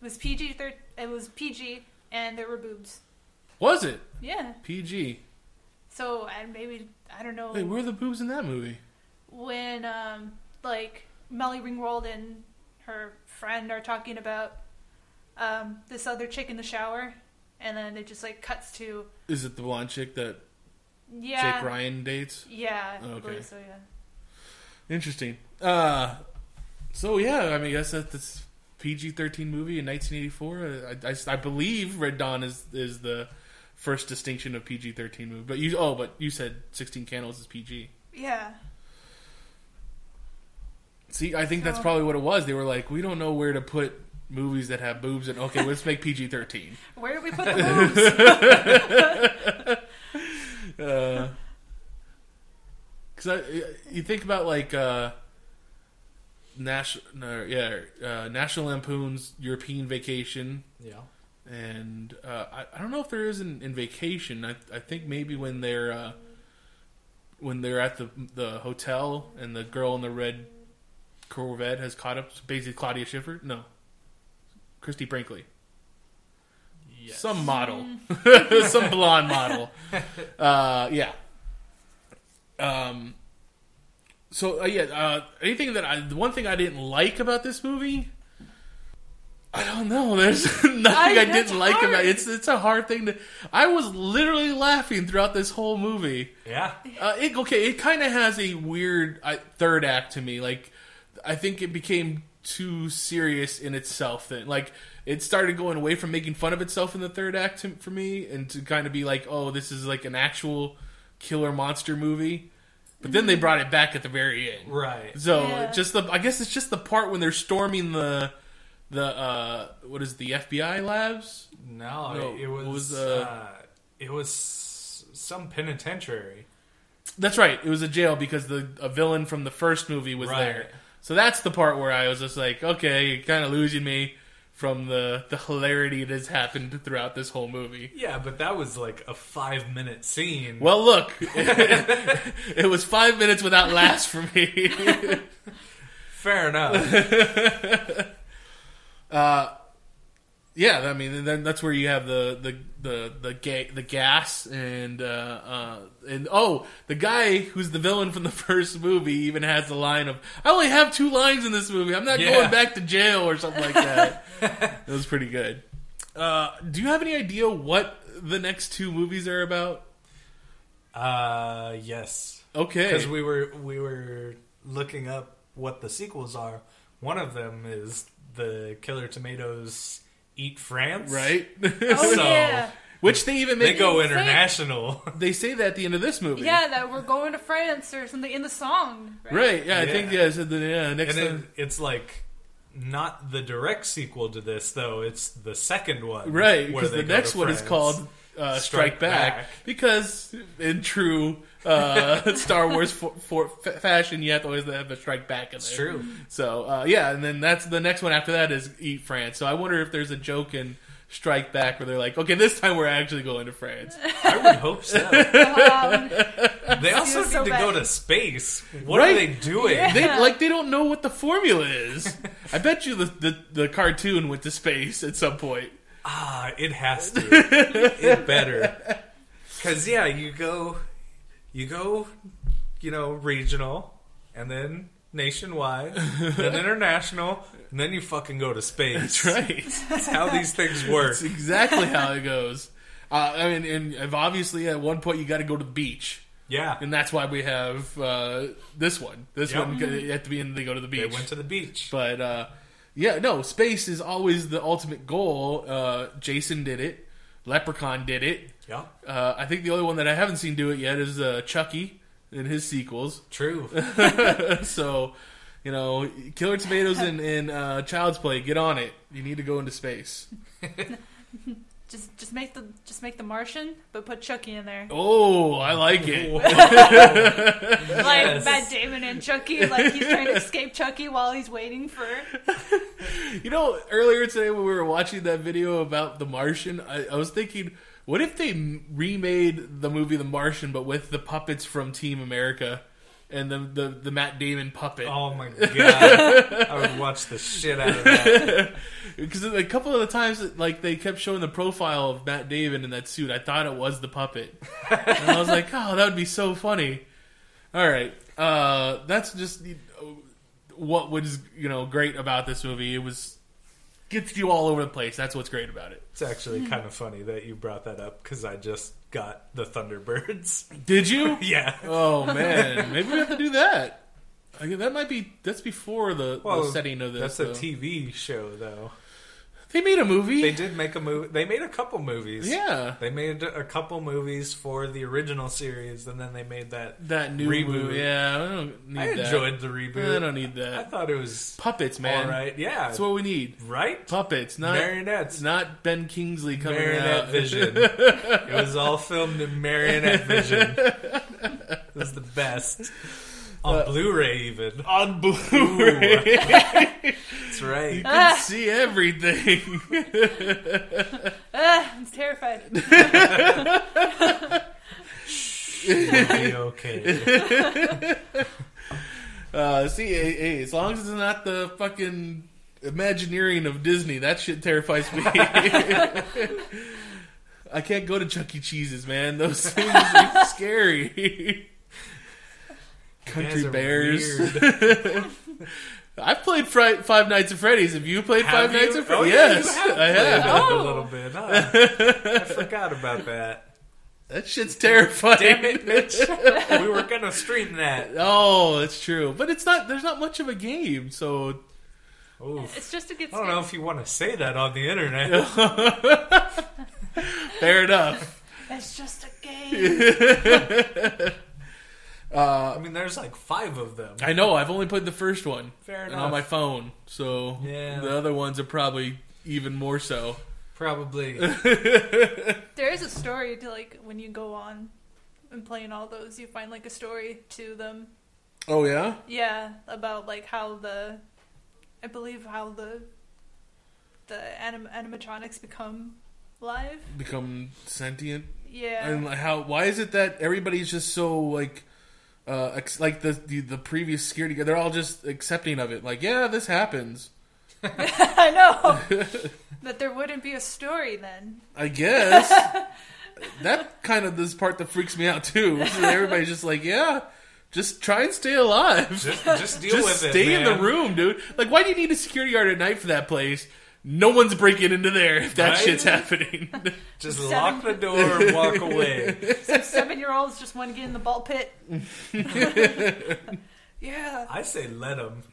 Speaker 9: was PG. Thir- it was PG, and there were boobs.
Speaker 7: Was it
Speaker 9: Yeah.
Speaker 7: PG?
Speaker 9: So and maybe I don't know
Speaker 7: Wait, where are the boobs in that movie?
Speaker 9: when um like Molly Ringwald and her friend are talking about um this other chick in the shower, and then it just like cuts to
Speaker 7: Is it the blonde chick that
Speaker 9: yeah.
Speaker 7: Jake Ryan dates?
Speaker 9: Yeah. I
Speaker 7: Okay.
Speaker 9: believe so, yeah.
Speaker 7: Interesting. Uh, so yeah, I mean, I guess that this PG-13 movie in 1984. I, I, I believe Red Dawn is is the first distinction of PG-13 movie. But you oh, but you said 16 Candles is PG.
Speaker 9: Yeah.
Speaker 7: See, I think that's probably what it was. They were like, we don't know where to put movies that have boobs, and okay, let's make PG thirteen.
Speaker 9: Where did we put the boobs?
Speaker 7: Because I you think about like uh, national, no, yeah, uh, National Lampoon's European Vacation,
Speaker 8: Yeah.
Speaker 7: and uh, I, I don't know if there is in, in Vacation. I, I think maybe when they're uh, when they're at the the hotel and the girl in the red Corvette has caught up. Basically, Claudia Schiffer, no, Christy Brinkley.
Speaker 8: Yes.
Speaker 7: some model,
Speaker 9: Mm.
Speaker 7: some blonde model. Uh, yeah. Um. So uh, yeah, uh, anything that I the one thing I didn't like about this movie, I don't know. There's nothing I,
Speaker 9: that's
Speaker 7: didn't like about
Speaker 9: hard.
Speaker 7: it. It's it's a hard thing to. I was literally laughing throughout this whole movie.
Speaker 8: Yeah.
Speaker 7: Uh, it, okay, it kind of has a weird uh, third act to me. Like, I think it became too serious in itself. Then, like, it started going away from making fun of itself in the third act to, for me, and to kind of be like, oh, this is like an actual killer monster movie. But then they brought it back at the very end.
Speaker 8: Right.
Speaker 7: So
Speaker 9: Yeah.
Speaker 7: just the, I guess it's just the part when they're storming the, the uh, what is it, the FBI labs?
Speaker 8: No,
Speaker 7: No,
Speaker 8: it was,
Speaker 7: what was,
Speaker 8: uh,
Speaker 7: uh,
Speaker 8: it was s- some penitentiary.
Speaker 7: That's right. It was a jail because the a villain from the first movie was
Speaker 8: Right.
Speaker 7: there. So that's the part where I was just like, okay, you're kind of losing me from the the hilarity that has happened throughout this whole movie.
Speaker 8: Yeah, but that was like a five minute scene.
Speaker 7: Well, look, it was five minutes without laughs for me.
Speaker 8: Fair enough.
Speaker 7: Yeah, I mean, and then that's where you have the the the the, ga- the gas and uh, uh, and oh, the guy who's the villain from the first movie even has the line of "I only have two lines in this movie. I'm not
Speaker 8: Yeah.
Speaker 7: going back to jail" or something like that. it was pretty good. Uh, do you have any idea what the next two movies are about?
Speaker 8: Uh, yes,
Speaker 7: Okay,
Speaker 8: because we were we were looking up what the sequels are. One of them is the Killer Tomatoes Eat France,
Speaker 7: right?
Speaker 9: Oh
Speaker 8: So-
Speaker 9: yeah,
Speaker 7: Which they even
Speaker 8: They
Speaker 7: make
Speaker 8: go international.
Speaker 7: They say that at the end of this movie.
Speaker 9: yeah, that we're going to France or something in the song.
Speaker 7: Right. Yeah, I
Speaker 8: Yeah.
Speaker 7: think yeah. So the yeah, next
Speaker 8: and it,
Speaker 7: time.
Speaker 8: it's like not the direct sequel to this though it's the second one
Speaker 7: Right,
Speaker 8: where
Speaker 7: because
Speaker 8: they
Speaker 7: the
Speaker 8: go
Speaker 7: next
Speaker 8: to
Speaker 7: one is
Speaker 8: France.
Speaker 7: called uh, Strike,
Speaker 8: Strike
Speaker 7: Back,
Speaker 8: Back.
Speaker 7: because in true uh, Star Wars for, for fa- fashion, you have to always have a Strike Back in there.
Speaker 8: it's true
Speaker 7: So uh, yeah, and then that's the next one after that is Eat France. So I wonder if there's a joke in Strike Back where they're like, okay, this time we're actually going to France.
Speaker 8: i would hope so
Speaker 9: Um,
Speaker 8: they also
Speaker 9: You're
Speaker 8: need
Speaker 9: so
Speaker 8: to
Speaker 9: bad.
Speaker 8: go to space what
Speaker 7: Right.
Speaker 8: are they doing
Speaker 9: Yeah.
Speaker 7: They like they don't know what the formula is. I bet you the, the the cartoon went to space at some point.
Speaker 8: ah it has to it better because yeah you go you go you know regional and then nationwide then international and then you fucking go to space
Speaker 7: That's right.
Speaker 8: that's how these things work
Speaker 7: That's exactly how it goes. Uh, I mean, and and obviously, at one point, you got to go to the beach,
Speaker 8: yeah
Speaker 7: and that's why we have uh, this one. This
Speaker 8: Yep.
Speaker 7: one, at the end, they go to the beach.
Speaker 8: they went to the beach
Speaker 7: but uh, yeah, no, space is always the ultimate goal. Uh, Jason did it. Leprechaun did it.
Speaker 8: yeah
Speaker 7: Uh, I think the only one that I haven't seen do it yet is uh, Chucky in his sequels.
Speaker 8: true
Speaker 7: so, you know, Killer Tomatoes and, and uh, Child's Play, get on it. You need to go into space.
Speaker 9: just just make the just make the Martian, but put Chucky in there.
Speaker 7: Oh, I like it.
Speaker 9: like
Speaker 8: Yes.
Speaker 9: Matt Damon and Chucky, like he's trying to escape Chucky while he's waiting for.
Speaker 7: You know, earlier today when we were watching that video about The Martian, I, I was thinking, what if they m- remade the movie The Martian, but with the puppets from Team America and the the, the Matt Damon puppet?
Speaker 8: Oh my god! I would watch the shit out of that.
Speaker 7: Because a couple of the times, that, like they kept showing the profile of Matt Damon in that suit, I thought it was the puppet, and I was like, oh, that would be so funny. All right, uh, that's just the- what was you know great about this movie. It was gets you all over the place. That's what's great about it.
Speaker 8: It's actually kind of funny that you brought that up because I just got the Thunderbirds.
Speaker 7: Did you?
Speaker 8: Yeah.
Speaker 7: Oh man, maybe we have to do that. I guess that might be that's before the, the setting of this. uh,
Speaker 8: That's a
Speaker 7: though.
Speaker 8: TV show, though.
Speaker 7: They made a movie.
Speaker 8: They did make a movie. They made a couple movies.
Speaker 7: Yeah,
Speaker 8: They made a couple movies for the original series, and then they made that.
Speaker 7: that new
Speaker 8: Reboot.
Speaker 7: movie. Yeah, I don't need
Speaker 8: I
Speaker 7: that.
Speaker 8: enjoyed the
Speaker 7: I
Speaker 8: reboot.
Speaker 7: don't need
Speaker 8: I
Speaker 7: that.
Speaker 8: thought it was
Speaker 7: Puppets, man.
Speaker 8: all right. Yeah.
Speaker 7: That's what we need.
Speaker 8: right.
Speaker 7: Puppets, not
Speaker 8: Marionettes.
Speaker 7: not Ben Kingsley coming
Speaker 8: Marionette
Speaker 7: out.
Speaker 8: Vision. it was all filmed in Marionette Vision. It was the best. On
Speaker 7: Uh,
Speaker 8: Blu-ray, even.
Speaker 7: on Blu-ray.
Speaker 8: That's right.
Speaker 7: can see everything.
Speaker 9: Ah, I'm terrified.
Speaker 8: Be okay.
Speaker 7: Uh, see, hey, hey, as long as it's not the fucking Imagineering of Disney, that shit terrifies me. I can't go to Chuck E. Cheese's, man. Those things are scary.
Speaker 8: You guys
Speaker 7: Country
Speaker 8: are
Speaker 7: bears.
Speaker 8: weird.
Speaker 7: I've played Fri- Five Nights at Freddy's. Have you played
Speaker 8: Have
Speaker 7: Five Nights
Speaker 8: you?
Speaker 7: at Freddy's?
Speaker 8: Oh, yeah, you
Speaker 7: yes,
Speaker 8: have
Speaker 7: I
Speaker 8: played
Speaker 7: have.
Speaker 8: it
Speaker 9: Oh.
Speaker 8: A little bit. Huh? I forgot about that.
Speaker 7: That shit's terrifying.
Speaker 8: Damn it, bitch. we were gonna stream that.
Speaker 7: Oh, that's true. But it's not. There's not much of a game, so
Speaker 8: Oof.
Speaker 9: It's just a good.
Speaker 8: I don't know if you want to say that on the internet.
Speaker 7: Uh, fair enough.
Speaker 9: It's just a game.
Speaker 8: I mean, there's like five of them.
Speaker 7: I know. I've only played the first one.
Speaker 8: Fair
Speaker 7: and
Speaker 8: enough.
Speaker 7: on my phone. So
Speaker 8: Yeah.
Speaker 7: the other ones are probably even more so.
Speaker 8: Probably.
Speaker 9: There is a story to like when you go on and playing all those, you find like a story to them.
Speaker 7: Oh yeah,
Speaker 9: Yeah, about like how the, I believe how the, the anim- animatronics become live.
Speaker 7: become sentient
Speaker 9: Yeah.
Speaker 7: and like, how? Why is it that everybody's just so like? Uh, ex- like the, the the previous security guard, they're all just accepting of it. Like, yeah, this happens.
Speaker 9: I know. but there wouldn't be a story then.
Speaker 7: I guess that kind of this part that freaks me out too. is that Everybody's just like, yeah, just try and stay alive.
Speaker 8: Just, just deal with
Speaker 7: Just
Speaker 8: it.
Speaker 7: stay in
Speaker 8: man.
Speaker 7: the room, dude. Like, why do you need a security guard at night for that place? No one's breaking into there if that
Speaker 8: Right?
Speaker 7: shit's happening.
Speaker 8: Just lock the door and walk away.
Speaker 9: Seven year olds just want to get in the ball pit. yeah.
Speaker 8: I say let them.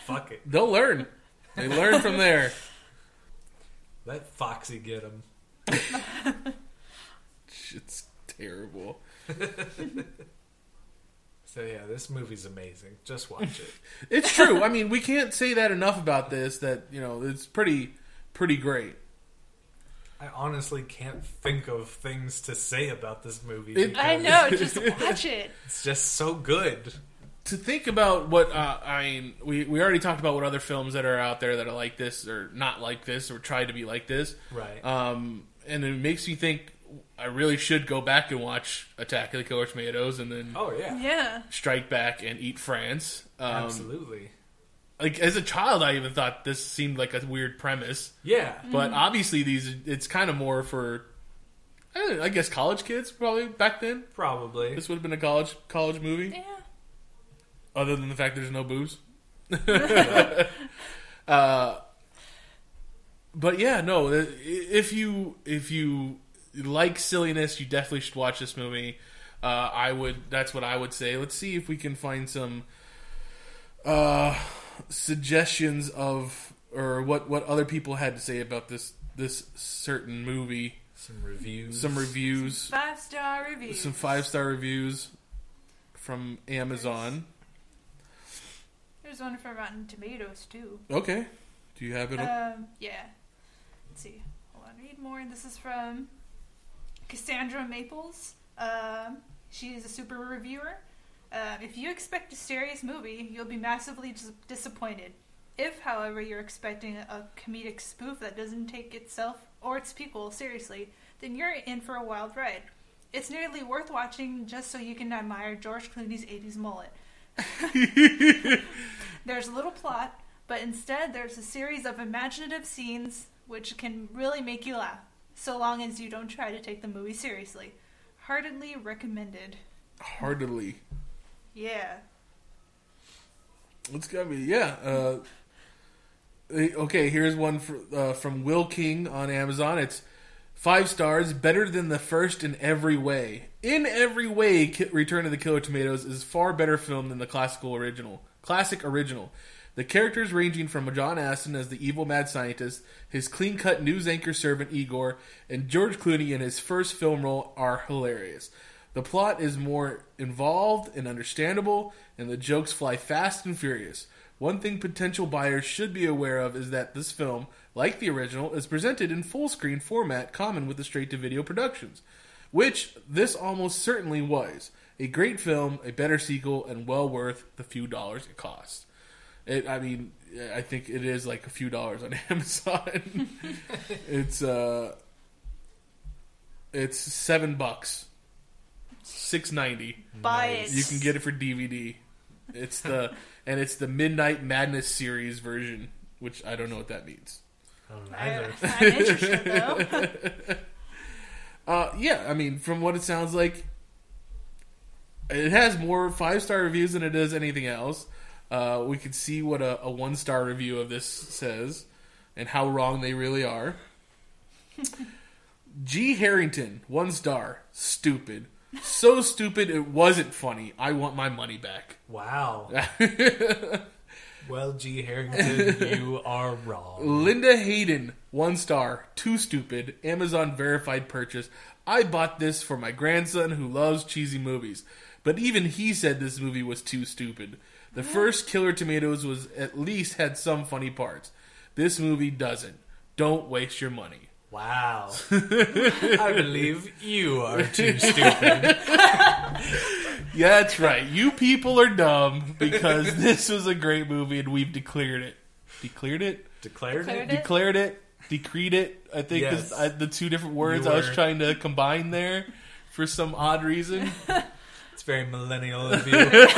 Speaker 8: Fuck it.
Speaker 7: They'll learn. They learn from there.
Speaker 8: Let Foxy get them.
Speaker 7: Shit's terrible.
Speaker 8: So yeah, this movie's amazing. Just watch it.
Speaker 7: It's true. I mean, we can't say that enough about this. That you know, it's pretty, pretty great.
Speaker 8: I honestly can't think of things to say about this movie.
Speaker 7: It-
Speaker 9: I
Speaker 8: because
Speaker 9: know. Just watch it.
Speaker 8: It's just so good.
Speaker 7: to think about what uh, I mean, we we already talked about what other films that are out there that are like this or not like this or try to be like this,
Speaker 8: Right.
Speaker 7: Um, and it makes me think I really should go back and watch Attack of the Killer Tomatoes and then
Speaker 8: oh yeah.
Speaker 9: Yeah.
Speaker 7: Strike Back and Eat France. Um,
Speaker 8: Absolutely.
Speaker 7: like as a child, I even thought this seemed like a weird premise,
Speaker 8: Yeah.
Speaker 7: but obviously these it's kind of more for. I, don't know, I guess college kids probably back then.
Speaker 8: Probably.
Speaker 7: This would have been a college college movie.
Speaker 9: Yeah.
Speaker 7: other than the fact there's no booze. uh, but yeah, no. i- If you if you like silliness, you definitely should watch this movie. Uh, I would. That's what I would say. Let's see if we can find some uh, suggestions of or what what other people had to say about this this certain movie.
Speaker 8: Some reviews.
Speaker 7: Some reviews,
Speaker 9: Five star review.
Speaker 7: some five star reviews from Amazon.
Speaker 9: There's one from Rotten Tomatoes too.
Speaker 7: Okay. Do you have it? up?
Speaker 9: Um, yeah. Let's see. Hold on. Read more. This is from Cassandra Maples. Um, she is a super reviewer. Um, if you expect a serious movie, you'll be massively dis- disappointed. If, however, you're expecting a comedic spoof that doesn't take itself or its people seriously, then you're in for a wild ride. It's nearly worth watching just so you can admire George Clooney's 80s mullet. There's little plot, but instead there's a series of imaginative scenes which can really make you laugh, so long as you don't try to take the movie seriously. Heartedly recommended.
Speaker 7: Heartedly.
Speaker 9: Yeah.
Speaker 7: It's gotta be yeah. Uh, eh, okay, here's one fr uh, from Will King on Amazon. It's five stars, better than the first in every way. In every way, Ki- Return of the Killer Tomatoes is far better film than the classical original. Classic original. The characters ranging from John Aston as the evil mad scientist, his clean-cut news anchor servant Igor, and George Clooney in his first film role are hilarious. The plot is more involved and understandable, and the jokes fly fast and furious. One thing potential buyers should be aware of is that this film, like the original, is presented in full screen format common with the straight to video productions, which this almost certainly was. A great film, a better sequel, and well worth the few dollars it cost. It, I mean, I think it is like a few dollars on Amazon. it's uh, it's seven bucks, six ninety.
Speaker 9: Buy it.
Speaker 7: You can get it for DVD. It's the and it's the Midnight Madness series version, which I don't know what that means.
Speaker 8: I don't know
Speaker 9: I,
Speaker 8: either.
Speaker 9: I'm interested though.
Speaker 7: Uh, yeah, I mean, from what it sounds like, it has more five star reviews than it does anything else. Uh, we could see what a, a one star review of this says and how wrong they really are. G. Harrington, one star, stupid. So stupid it wasn't funny. I want my money back.
Speaker 8: Wow. well, G. Harrington, you are wrong.
Speaker 7: Linda Hayden, one star, too stupid, Amazon verified purchase. I bought this for my grandson who loves cheesy movies, but even he said this movie was too stupid. The first Killer Tomatoes was at least had some funny parts. This movie doesn't. Don't waste your money.
Speaker 8: Wow. I believe you are too stupid.
Speaker 7: Yeah, that's right. You people are dumb because this was a great movie and we've declared it. Declared it?
Speaker 8: Declared
Speaker 9: Declared
Speaker 8: it.
Speaker 9: it.
Speaker 7: Declared it? Decreed it? I think
Speaker 8: Yes.
Speaker 7: is uh, the two different words I was
Speaker 8: were.
Speaker 7: trying to combine there for some odd reason.
Speaker 8: It's very millennial of you.
Speaker 7: That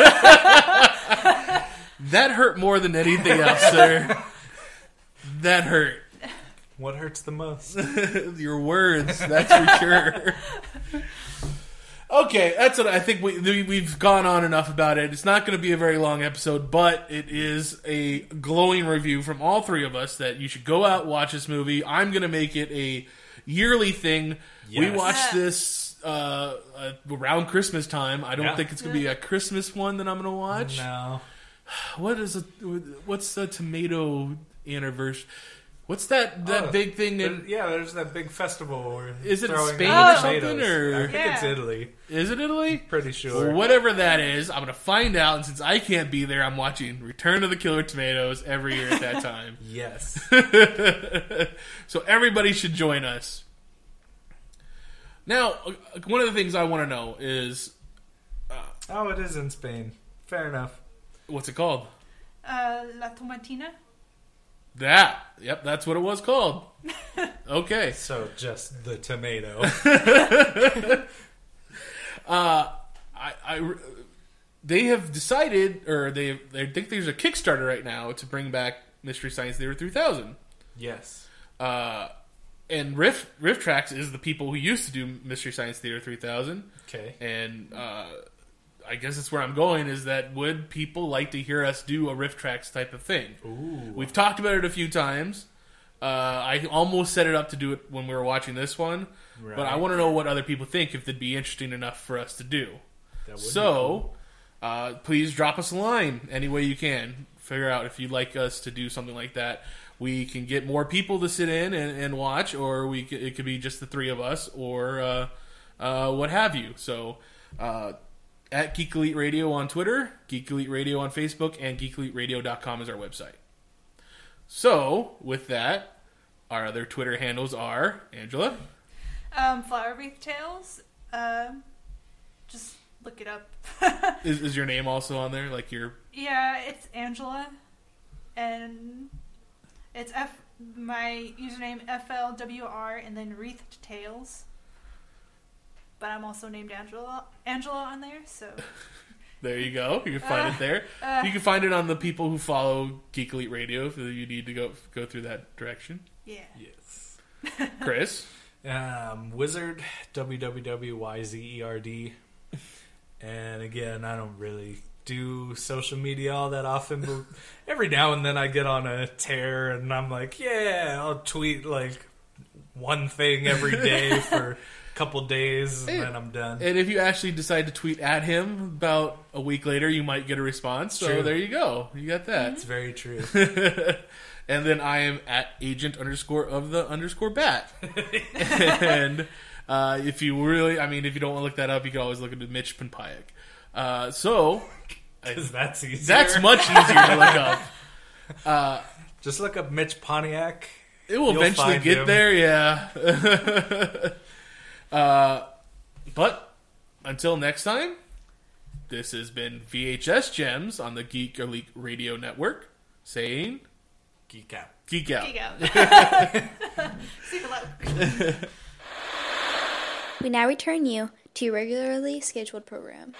Speaker 7: hurt more than anything else, sir. that hurt.
Speaker 8: What hurts the most?
Speaker 7: Your words, that's for sure. Okay, that's what I think we, we- we've gone on enough about it. It's not going to be a very long episode, but it is a glowing review from all three of us that you should go out watch this movie. I'm going to make it a yearly thing. We
Speaker 8: Yes.
Speaker 7: watched
Speaker 9: Yeah.
Speaker 7: this uh, uh, around Christmas time. I don't
Speaker 8: Yeah.
Speaker 7: think it's going to be a Christmas one that I'm going to watch.
Speaker 8: no.
Speaker 7: What is a what's the tomato anniversary? What's that that
Speaker 8: Oh,
Speaker 7: big thing?
Speaker 8: There-
Speaker 7: In,
Speaker 8: yeah, there's that big festival where
Speaker 7: Is it
Speaker 8: throwing
Speaker 9: or
Speaker 7: Spain
Speaker 8: out
Speaker 9: something,
Speaker 8: tomatoes.
Speaker 7: or-
Speaker 8: I think it's
Speaker 9: Yeah.
Speaker 8: Italy.
Speaker 7: is it Italy?
Speaker 8: Pretty
Speaker 7: Well,
Speaker 8: sure.
Speaker 7: Whatever that is, I'm gonna find out. And since I can't be there, I'm watching Return of the Killer Tomatoes every year at that time.
Speaker 8: Yes.
Speaker 7: so everybody should join us. Now, uh, one of the things I want to know is
Speaker 8: oh, it is in Spain. Fair enough.
Speaker 7: what's it called?
Speaker 9: Uh, La Tomatina?
Speaker 7: That. Yep, that's what it was called. Okay.
Speaker 8: So just the tomato.
Speaker 7: I, I they have decided, or they, they think there's a Kickstarter right now to bring back Mystery Science Theater 3000.
Speaker 8: yes.
Speaker 7: Uh, and Riff Riff Tracks is the people who used to do Mystery Science Theater 3000,
Speaker 8: Okay.
Speaker 7: and uh, I guess that's where I'm going. Is that would people like to hear us do a Riff Tracks type of thing?
Speaker 8: Ooh.
Speaker 7: We've talked about it a few times. Uh, I almost set it up to do it when we were watching this one, but I
Speaker 8: Right.
Speaker 7: want to know what other people think if they'd be interesting enough for us to do.
Speaker 8: That would be
Speaker 7: So, uh, please drop us a line any way you can. Figure out if you'd like us to do something like that. We can get more people to sit in and, and watch, or we c- it could be just the three of us, or uh, uh, what have you. So, uh, at Geek Elite Radio on Twitter, Geek Elite Radio on Facebook, and geekeliteradio.com is our website. So, with that, our other Twitter handles are Angela.
Speaker 9: Um, Flower Wreath Tales? Um, just look it up.
Speaker 7: Is, is your name also on there? Like your
Speaker 9: yeah, it's Angela. And it's F. My username FLWR and then Wreathed Tales. But I'm also named Angela Angela on there, so
Speaker 7: There you go. You can find it there.
Speaker 9: uh.
Speaker 7: you can find it on the people who follow Geek Elite Radio if you need to go go through that direction.
Speaker 9: yeah.
Speaker 8: Yes.
Speaker 7: Chris,
Speaker 8: Um, Wizard, WWWYZERD. E And again, I don't really do social media all that often, but every now and then I get on a tear and I'm like, yeah, I'll tweet like one thing every day for a couple days and then I'm done.
Speaker 7: and if you actually decide to tweet at him about a week later, you might get a response. So
Speaker 8: True.
Speaker 7: there you go. You got that.
Speaker 8: It's very true.
Speaker 7: and then I am at agent underscore of the underscore bat. and uh, if you really, I mean, if you don't want to look that up, you can always look into Mitch Pinpayak. Uh, so
Speaker 8: 'Cause that's easier.
Speaker 7: that's much easier to look up.
Speaker 8: Just look up Mitch Pontiac.
Speaker 7: It will
Speaker 8: You'll
Speaker 7: eventually
Speaker 8: find
Speaker 7: get
Speaker 8: him.
Speaker 7: there, yeah. uh, but until next time, this has been VHS Gems on the Geek Elite Radio Network saying
Speaker 8: Geek out.
Speaker 7: Geek Out.
Speaker 9: There you go. See you later.
Speaker 1: We now return you to your regularly scheduled program.